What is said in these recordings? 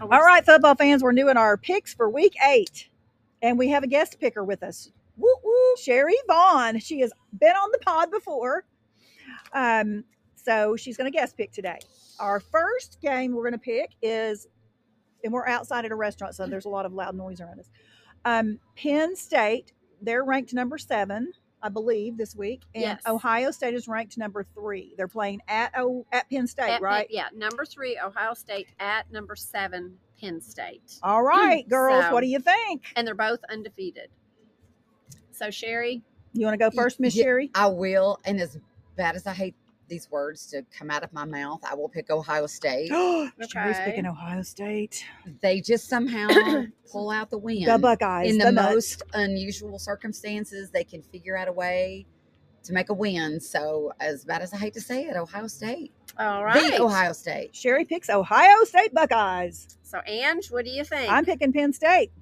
All right, football fans, we're doing our picks for week eight. And we have a guest picker with us. Woo woo. Sherry Vaughn. She has been on the pod before. Um, so she's going to guest pick today. Our first game we're going to pick is, and we're outside at a restaurant, so there's a lot of loud noise around us. Um, Penn State, they're ranked number seven, I believe, this week. And Yes. Ohio State is ranked number three. They're playing at o- at Penn State, At Penn- right? yeah, number three, Ohio State at number seven, Penn State, All right, girls, So- what do you think? and they're both undefeated. So Sherry, You want to go first, Miss yeah. Sherry? I will, and as bad as I hate these words to come out of my mouth, I will pick Ohio State. Sherry's Okay. picking Ohio State. they just somehow pull out the win. The Buckeyes. in the, nuts. most unusual circumstances, they can figure out a way to make a win. So, as bad as I hate to say it, Ohio State, all beat right. Ohio State. Sherry picks Ohio State Buckeyes. So Ange, what do you think? I'm picking Penn State.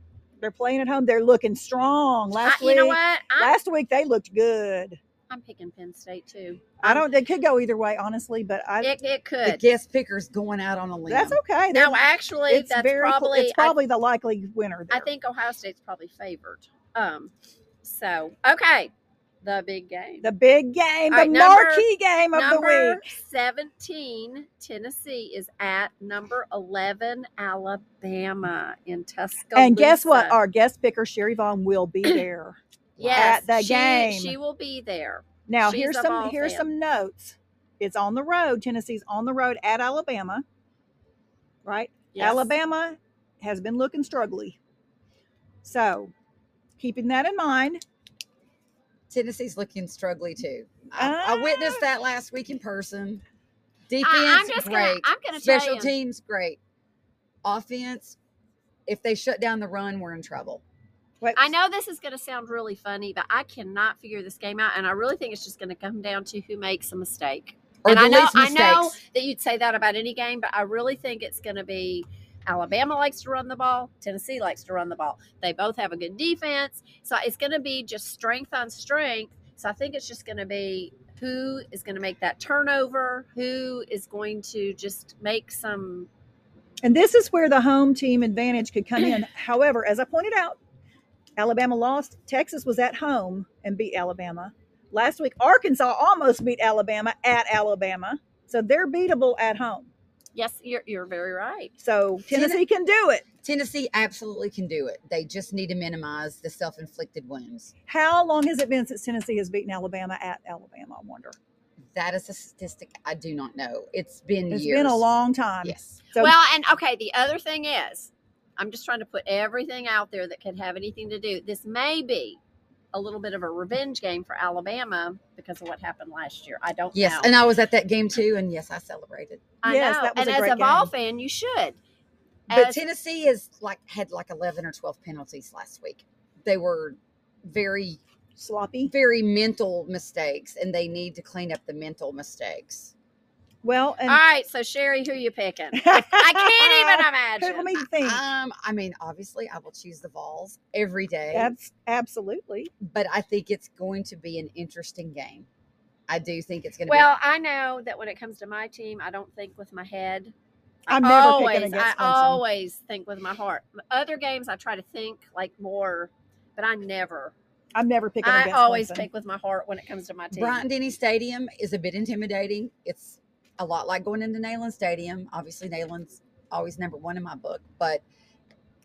They're playing at home. They're looking strong. I- Last you week, know what? I'm, last week they looked good. I'm picking Penn State too. I don't. They could go either way, honestly. But I. It, it The could. guest picker's going out on a limb. that's okay. No, There's- actually, it's that's very. cl- probably. it's I- probably the likely winner. I there. think Ohio State's probably favored. Um, so okay, the big game. the big game, the All right, number- marquee game of the number week. seventeen, Tennessee is at number eleven, Alabama in Tuscaloosa. And guess what? Our guest picker Sherry Vaughn will be there. yes, at the she- game. she will be there. Now She's here's a some ball here's fan. some notes. It's on the road. Tennessee's on the road at Alabama. Right? Yes. Alabama has been looking struggly. So, keeping that in mind, Tennessee's looking struggly too. I, I Ah. witnessed that last week in person. Defense, I, I'm just great. gonna. I'm gonna Special tell you. teams, great. Offense, if they shut down the run, we're in trouble. wait, I know this is going to sound really funny, but I cannot figure this game out, and I really think it's just going to come down to who makes a mistake. Or and the I know, least I know mistakes. that you'd say that about any game, but I really think it's going to be Alabama likes to run the ball, Tennessee likes to run the ball. They both have a good defense, so it's going to be just strength on strength. So I think it's just going to be who is going to make that turnover, who is going to just make some. And this is where the home team advantage could come in. However, as I pointed out, Alabama lost. Texas was at home and beat Alabama. Last week, Arkansas almost beat Alabama at Alabama. So they're beatable at home. Yes, you're you're very right. So Tenn- Tennessee can do it. Tennessee absolutely can do it. They just need to minimize the self inflicted wounds. How long has it been since Tennessee has beaten Alabama at Alabama? I wonder. That is a statistic I do not know. It's been It's years. been a long time. Yes. So well, and okay, the other thing is, I'm just trying to put everything out there that could have anything to do. This may be a little bit of a revenge game for Alabama because of what happened last year. I don't Yes. know. And I was at that game too. And yes, I celebrated. I Yes, know. that was and a as great a ball game. fan, you should. But As- Tennessee has like had like 11 or 12 penalties last week. They were very, sloppy. very mental mistakes, and they need to clean up the mental mistakes. Well, and All right, so Sherry, who you picking? I can't even Let imagine. me think. Um, I mean, obviously, I will choose the Vols every day, Abs- absolutely. but I think it's going to be an interesting game. I do think it's going to Well, I know that when it comes to my team, I don't think with my head. I'm never always, picking against I Clemson. always think with my heart. Other games, I try to think like more, but I never. I'm never picking I against always Clemson. pick with my heart when it comes to my be. team. Bryant Denny Stadium is a bit intimidating. It's a lot like going into Neyland Stadium. Obviously, Neyland's always number one in my book, but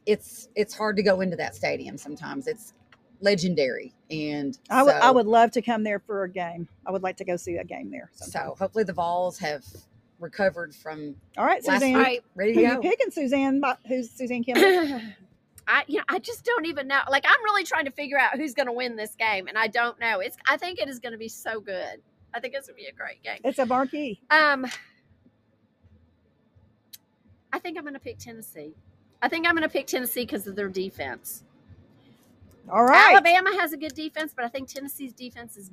it's it's hard to go into that stadium sometimes. It's legendary, and I would I so- would love to come there for a game. I would like to go see a game there. sometime. So hopefully, the Vols have recovered from all right, last Suzanne. All week. right. Ready Who to you go? picking, Suzanne? Bo- Who's Suzanne Kimball? I you know, I just don't even know. Like I'm really trying to figure out who's going to win this game, and I don't know. It's I think it is going to be so good. I think it's going to be a great game. it's a marquee. Um, I think I'm going to pick Tennessee. I think I'm going to pick Tennessee because of their defense. All right. Alabama has a good defense, but I think Tennessee's defense is.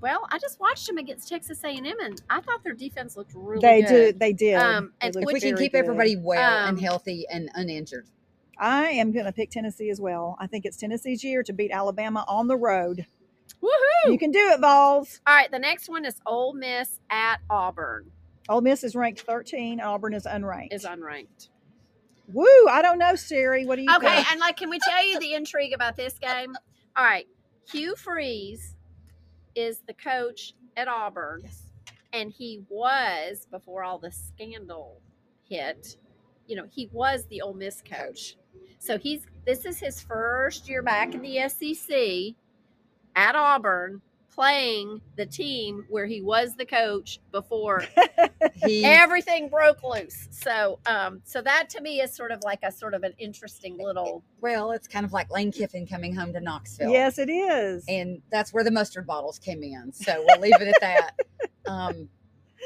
Well, I just watched them against Texas A&M, and I thought their defense looked really they good. do. They did. Um, They and looked If we can very keep good. everybody well and Um, healthy and uninjured. I am going to pick Tennessee as well. I think it's Tennessee's year to beat Alabama on the road. Woohoo! You can do it, Vols. All right, the next one is Ole Miss at Auburn Ole Miss is ranked 13. Auburn is unranked. is unranked. Woo! I don't know, Siri. What do you Okay, think? and like, can we tell you the intrigue about this game? All right, Hugh Freeze is the coach at Auburn, Yes. and he was before all the scandal hit. You know, he was the Ole Miss coach, so he's this is his first year back in the SEC at Auburn, playing the team where he was the coach before He, everything broke loose. So, um, so that to me is sort of like a sort of an interesting little. well, it's kind of like Lane Kiffin coming home to Knoxville. Yes, it is. and that's where the mustard bottles came in. So we'll leave it at that. Um,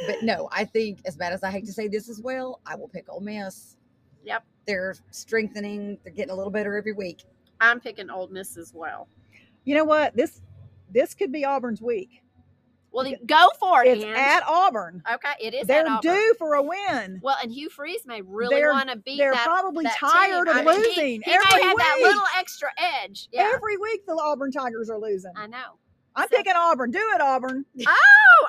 but no, I think as bad as I hate to say this as well, I will pick Ole Miss. Yep. They're strengthening. They're getting a little better every week. I'm picking Old Miss as well. you know what? This this could be Auburn's week. Well, then go for it. It's Ann. at Auburn. okay, it is They're at Auburn. due for a win. Well, and Hugh Freeze may really They're- want to beat They're that. probably that tired team. of I mean, he- losing He, may every have week. that little extra edge. Yeah, Every week the Auburn Tigers are losing. I know. I'm so- picking Auburn. Do it, Auburn. Oh,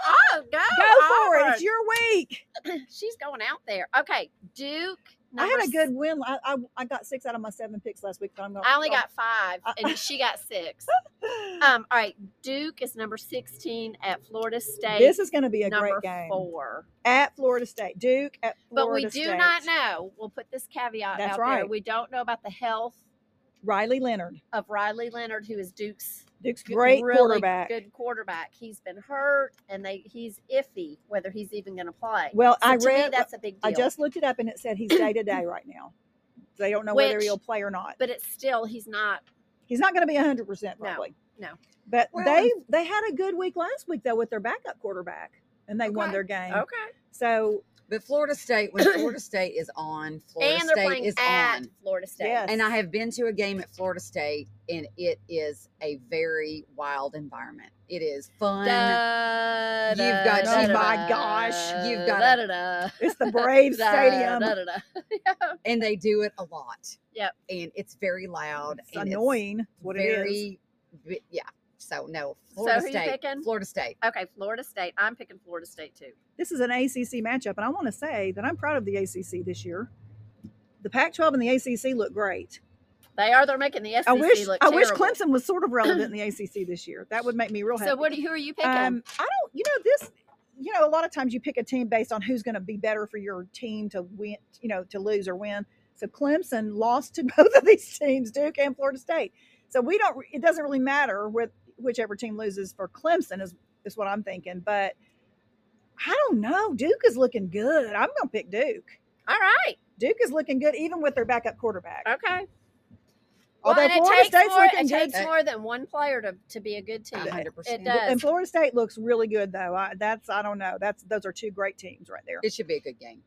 oh, go, Go for it. It's your week. Auburn. She's going out there. Okay, Duke. I number had a s- good win. I, I, I got six out of my seven picks last week. But I'm going. I only got five, Uh, and she got six. Um, all right, Duke is number sixteen at Florida State. this is going to be a number great game four. at Florida State. Duke at Florida But we do State. not know. We'll put this caveat That's out there. right. We don't know about the health Riley Leonard, of Riley Leonard, who is Duke's Duke's good- great really quarterback. Good quarterback. He's been hurt, and they he's iffy whether he's even going to play. Well, So I to me, read. that's a big deal. I just looked it up, and it said he's day to day right now. They don't know whether Which- he'll play or not. but it's still he's not. He's not going to be 100 percent No, probably. no. But Well, they they had a good week last week though with their backup quarterback, and they won Okay. Oh. their game. Okay, So But Florida State, when Florida State is on, Florida and they're State playing is at on. Florida State. yes, And I have been to a game at Florida State, and it is a very wild environment. It is fun. Da, You've da, got- da, oh da, my da, gosh, you've got da, da, a- da, it's the Brave da, Stadium. da, da, da. and they do it a lot. Yep. And it's very loud. It's and annoying. is what it is. very, bi- yeah. So no, Florida who you State. picking? Florida State. Okay, Florida State. I'm picking Florida State too. This is an ACC matchup, and I want to say that I'm proud of the ACC this year. The Pac-12 and the ACC look great. They are. They're making the SEC I wish look I wish terrible. Clemson was sort of relevant in the ACC this year. That would make me real happy. So what? do you- Who are you picking? Um, I don't. You know this. You know, a lot of times you pick a team based on who's going to be better for your team to win. You know, to lose or win. So Clemson lost to both of these teams, Duke and Florida State. So we don't. It doesn't really matter with whichever team loses for Clemson is is what I'm thinking. But I don't know. Duke is looking good. I'm going to pick Duke. All right. Duke is looking good, even with their backup quarterback. Okay. Although and it Florida takes State's more, looking it good. takes more than one player to, to be a good team. A hundred It percent. does. And Florida State looks really good, though. I, that's I don't know. That's those are two great teams right there. It should be a good game.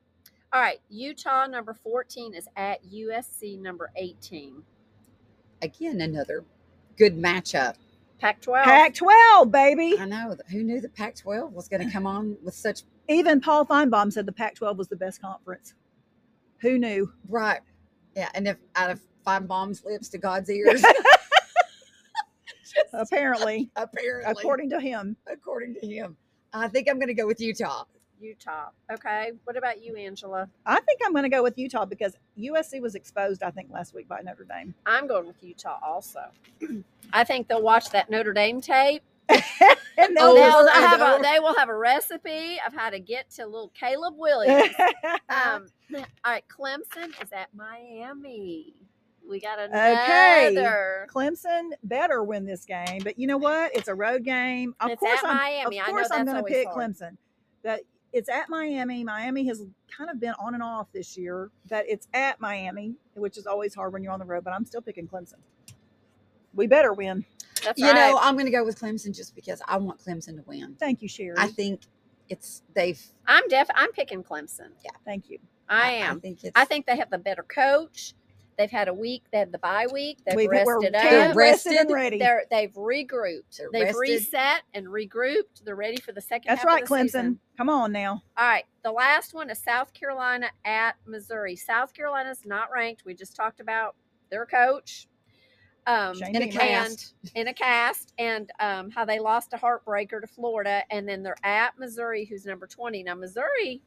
All right. Utah number 14 is at USC number 18. Again, another good matchup. Pac 12. Pac 12, baby. I know. th- Who knew the Pac-12 was going to come on with such Even Paul Feinbaum said the Pac 12 was the best conference. Who knew? bright? Yeah. And if out of five bombs lips to God's ears, Apparently, apparently, according to him. according to him, I think I'm going to go with Utah. Utah. Okay. What about you, Angela? I think I'm going to go with Utah because USC was exposed, I think, last week by Notre Dame. I'm going with Utah also. I think they'll watch that Notre Dame tape. And They'll, they'll Over and have a, over. they will have a recipe of how to get to little Caleb Williams. Uh-huh. Um, all right, Clemson is at Miami. We got Okay. another. Clemson better win this game, but you know what? It's a road game. Of It's course, at I'm, Miami. I Of know course, that's I'm going to always pick hard. Clemson, but it's at Miami. Miami has kind of been on and off this year, but it's at Miami, which is always hard when you're on the road. But I'm still picking Clemson. We better win. That's you right. know, I'm going to go with Clemson just because I want Clemson to win. Thank you, Sherry. I think it's they've. I'm def. I'm picking Clemson. Thank you. I am. I think it's. I think they have the better coach. They've had a week. They had the bye week. They've We've- rested kind up. of rested and Rested. ready. They're they've regrouped. They're They've rested. reset and regrouped. They're ready for the second. That's half of right, the Clemson. season. Come on now. All right, the last one is South Carolina at Missouri. South Carolina's not ranked. We just talked about their coach. Um, Shane in a Beamer. cast. in a cast and um, how they lost a heartbreaker to Florida. And then they're at Missouri, who's number 20. Now, Missouri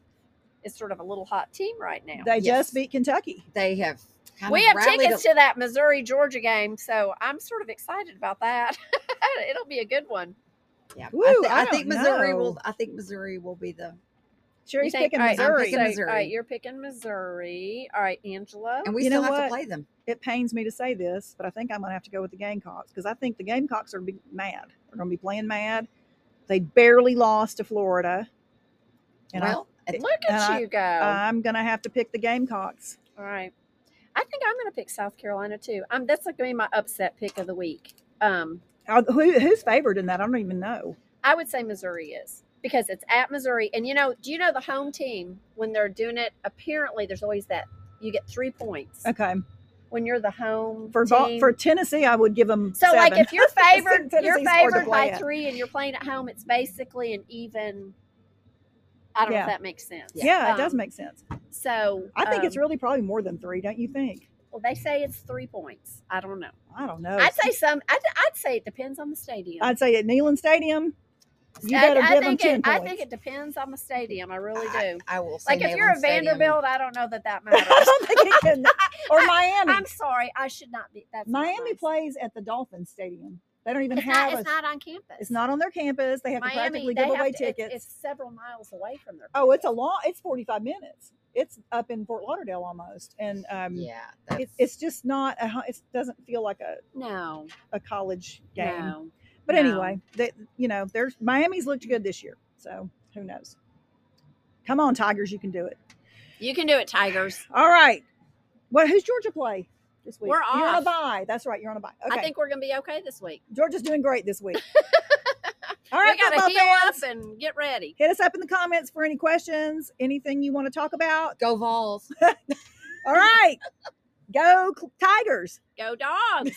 is sort of a little hot team right now. They Yes. just beat Kentucky. They have kind we of have rallied tickets a- to that Missouri Georgia game, so I'm sort of excited about that. It'll be a good one. yeah, Woo, I, thi- I I think don't Missouri know. will. I think Missouri will be the. Sherry's You think- picking all right, I'm Missouri. picking- so- Missouri. All right, you're picking Missouri. All right, Angela. And we You know still have what? to play them. It pains me to say this, but I think I'm going to have to go with the Gamecocks because I think the Gamecocks are gonna be mad. They're going to be playing mad. They barely lost to Florida, and well, I, think- Look at and I- you go. I, I'm going to have to pick the Gamecocks. All right. I think I'm going to pick South Carolina too. Um, that's going to be my upset pick of the week. Um, Are- Uh, Who, who's favored in that? I don't even know. I would say Missouri is because it's at Missouri, and you know, do you know the home team when they're doing it? Apparently, there's always that you get three points Okay, when you're the home Uh, for Vol- team. for Tennessee, I would give them. so, like, if you're favored, Tennessee's you're hard to favored by play at. three, and you're playing at home. It's basically an even. I don't know Yeah. if that makes sense. yeah, it does Um, make sense. So I think it's um, really probably more than three, don't you think? well. They say it's three points. I don't know. I don't know. I'd say some. I'd, I'd say it depends on the stadium. I'd say at Neyland Stadium, you I- better I, give them think ten it, points. I think it depends on the stadium. I really I- do. I will. Say Like if you're Neyland a Stadium. Vanderbilt, I don't know that that I matters. don't think it can. Or Miami. I'm sorry, I should not be. That's not Miami nice. plays at the Dolphin Stadium. They don't even It's have not, a. it's not on campus. it's not on their campus. They have to practically they give have away to- it's- tickets. It's, several miles away from their. oh, it's a campus. long. It's forty five minutes. It's up in Fort Lauderdale almost, and um, Yeah, it, that's- it's just not. A, hu- it doesn't feel like a, no a college game. no. But no. anyway, that you know, there's Miami's looked good this year, so who knows? Come on, Tigers, you can do it. you can do it, Tigers. All right. Well, who's Georgia play this week? We're You're on a off. bye. That's right. You're on a bye. Okay. I think we're gonna be okay this week. Georgia's doing great this week. All right, we gotta football heal fans. up and get ready. Hit us up in the comments for any questions, anything you want to talk about. go Vols. All right. Go Cl- Tigers. Go dogs.